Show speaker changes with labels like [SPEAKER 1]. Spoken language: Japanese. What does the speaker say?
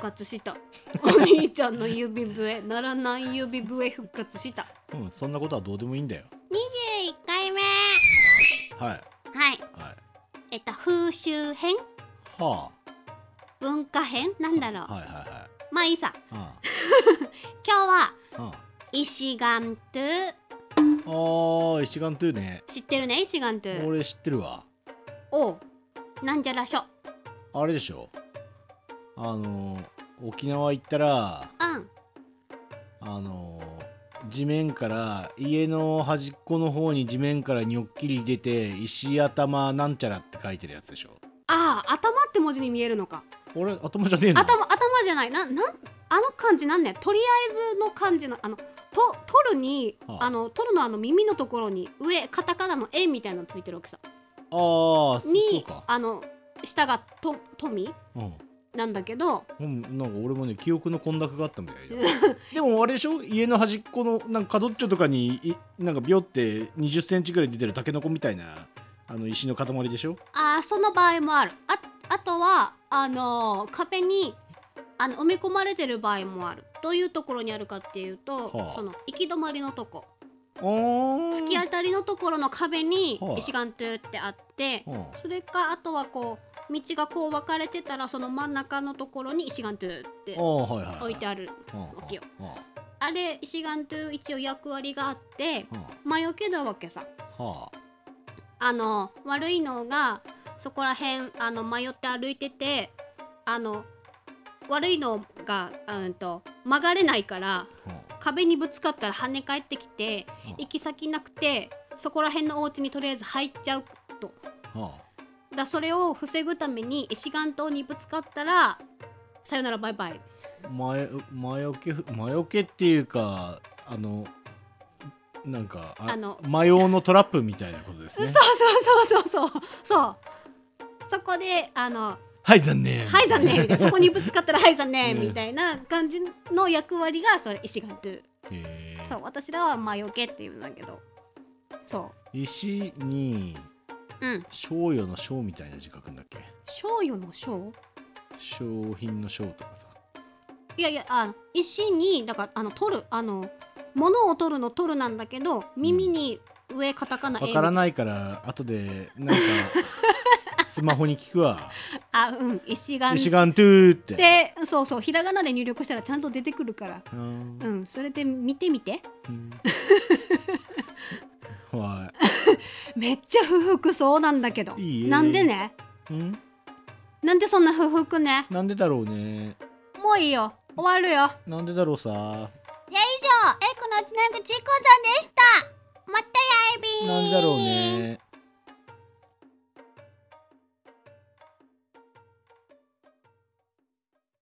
[SPEAKER 1] 活した お兄ちゃんの指笛ならない指笛復活した
[SPEAKER 2] うん、そんなことはどうでもいいんだよ。
[SPEAKER 1] 21回目
[SPEAKER 2] はい。
[SPEAKER 1] はい
[SPEAKER 2] はい。
[SPEAKER 1] えっと風習編
[SPEAKER 2] は
[SPEAKER 1] 文化編なんだろ
[SPEAKER 2] あ。
[SPEAKER 1] う
[SPEAKER 2] はいはいはい。
[SPEAKER 1] まあいいさ
[SPEAKER 2] うん。
[SPEAKER 1] 今日は
[SPEAKER 2] うん。あ
[SPEAKER 1] 石ガントゥ
[SPEAKER 2] ー、一眼というね。
[SPEAKER 1] 知ってるね石ガントゥ
[SPEAKER 2] 俺知ってるわ。
[SPEAKER 1] おうなんじゃらしょ
[SPEAKER 2] あれでしょあのー、沖縄行ったら、
[SPEAKER 1] うん
[SPEAKER 2] あのー、地面から家の端っこの方に地面からにょっきり出て石頭なんちゃらって書いてるやつでしょ
[SPEAKER 1] ああ頭って文字に見えるのか
[SPEAKER 2] 俺頭じゃねえの
[SPEAKER 1] 頭頭じゃないななんあの漢字なんねとりあえずの漢字のあのと取るに、
[SPEAKER 2] はあ
[SPEAKER 1] あの取るのあの耳のところに上カタカナの円みたいなのついてるわけさ
[SPEAKER 2] ああそそう
[SPEAKER 1] に
[SPEAKER 2] か
[SPEAKER 1] あの下がと富
[SPEAKER 2] うん
[SPEAKER 1] なんだけど
[SPEAKER 2] うん、なんか俺もね記憶の混濁があったみたいな でもあれでしょ家の端っこのなんか角っちょとかにいなんかビョって2 0センチぐらい出てるタケノコみたいなあの石の塊でしょ
[SPEAKER 1] あーその場合もあるああとはあのー壁にあの埋め込まれてる場合もあるどういうところにあるかっていうと、
[SPEAKER 2] はあ
[SPEAKER 1] その行き止まりのとこ
[SPEAKER 2] 突
[SPEAKER 1] 突き当たりのところの壁に
[SPEAKER 2] はい
[SPEAKER 1] 石岩トゥってあって、
[SPEAKER 2] うん
[SPEAKER 1] それかあとはこう道がこう分かれてたらその真ん中のところに石岩トゥって
[SPEAKER 2] ああはいはい、はい、
[SPEAKER 1] 置いてある
[SPEAKER 2] 大
[SPEAKER 1] わけよ
[SPEAKER 2] うんうん
[SPEAKER 1] あれ石岩トゥ一応役割があって
[SPEAKER 2] うん
[SPEAKER 1] 魔除けなわけさ
[SPEAKER 2] は
[SPEAKER 1] あの悪いのがそこら辺あの迷って歩いててあの悪いのがうんと曲がれないから
[SPEAKER 2] あ、うん
[SPEAKER 1] 壁にぶつかったら跳ね返ってきて
[SPEAKER 2] うん
[SPEAKER 1] 行き先なくてそこら辺のお家にとりあえず入っちゃうと
[SPEAKER 2] は
[SPEAKER 1] だそれを防ぐために石岩島にぶつかったらさよならバイバイ
[SPEAKER 2] あ、前魔除け魔除けっていうかあのなんか
[SPEAKER 1] あの
[SPEAKER 2] 魔用のトラップみたいなことです
[SPEAKER 1] そう
[SPEAKER 2] ね
[SPEAKER 1] そうそうそうそうそうそこであの
[SPEAKER 2] はい残念
[SPEAKER 1] 「はい残念」みたいなそこにぶつかったら「はい残念」
[SPEAKER 2] うん
[SPEAKER 1] みたいな感じの役割がそれ石岩島
[SPEAKER 2] へー
[SPEAKER 1] そう私らは魔除けっていうんだけどそ
[SPEAKER 2] 石に
[SPEAKER 1] ううん
[SPEAKER 2] 賞与の賞みたいな字書くんだっけ
[SPEAKER 1] 賞与の賞
[SPEAKER 2] 商品の賞とかさ
[SPEAKER 1] いやいやあの石にだからあの取るあの物を取るの取るなんだけど耳に上カタカナ
[SPEAKER 2] わから
[SPEAKER 1] な
[SPEAKER 2] ないから後でなんか スマホに聞くわ
[SPEAKER 1] あうん石
[SPEAKER 2] 「
[SPEAKER 1] 岩
[SPEAKER 2] 石ガントゥー」って
[SPEAKER 1] でそうそうひらがなで入力したらちゃんと出てくるから
[SPEAKER 2] あー
[SPEAKER 1] うんそれで見てみて
[SPEAKER 2] うんは
[SPEAKER 1] めっちゃ不服そうなんだけど
[SPEAKER 2] いいえ
[SPEAKER 1] なんでね
[SPEAKER 2] いうん
[SPEAKER 1] なんでそんな不服ね
[SPEAKER 2] なんでだろうね
[SPEAKER 1] もういいよ終わるよ
[SPEAKER 2] なんでだろうさ
[SPEAKER 1] 以上エイコのうちなんかちいこさんでしたまたやいびー
[SPEAKER 2] なんでだろうね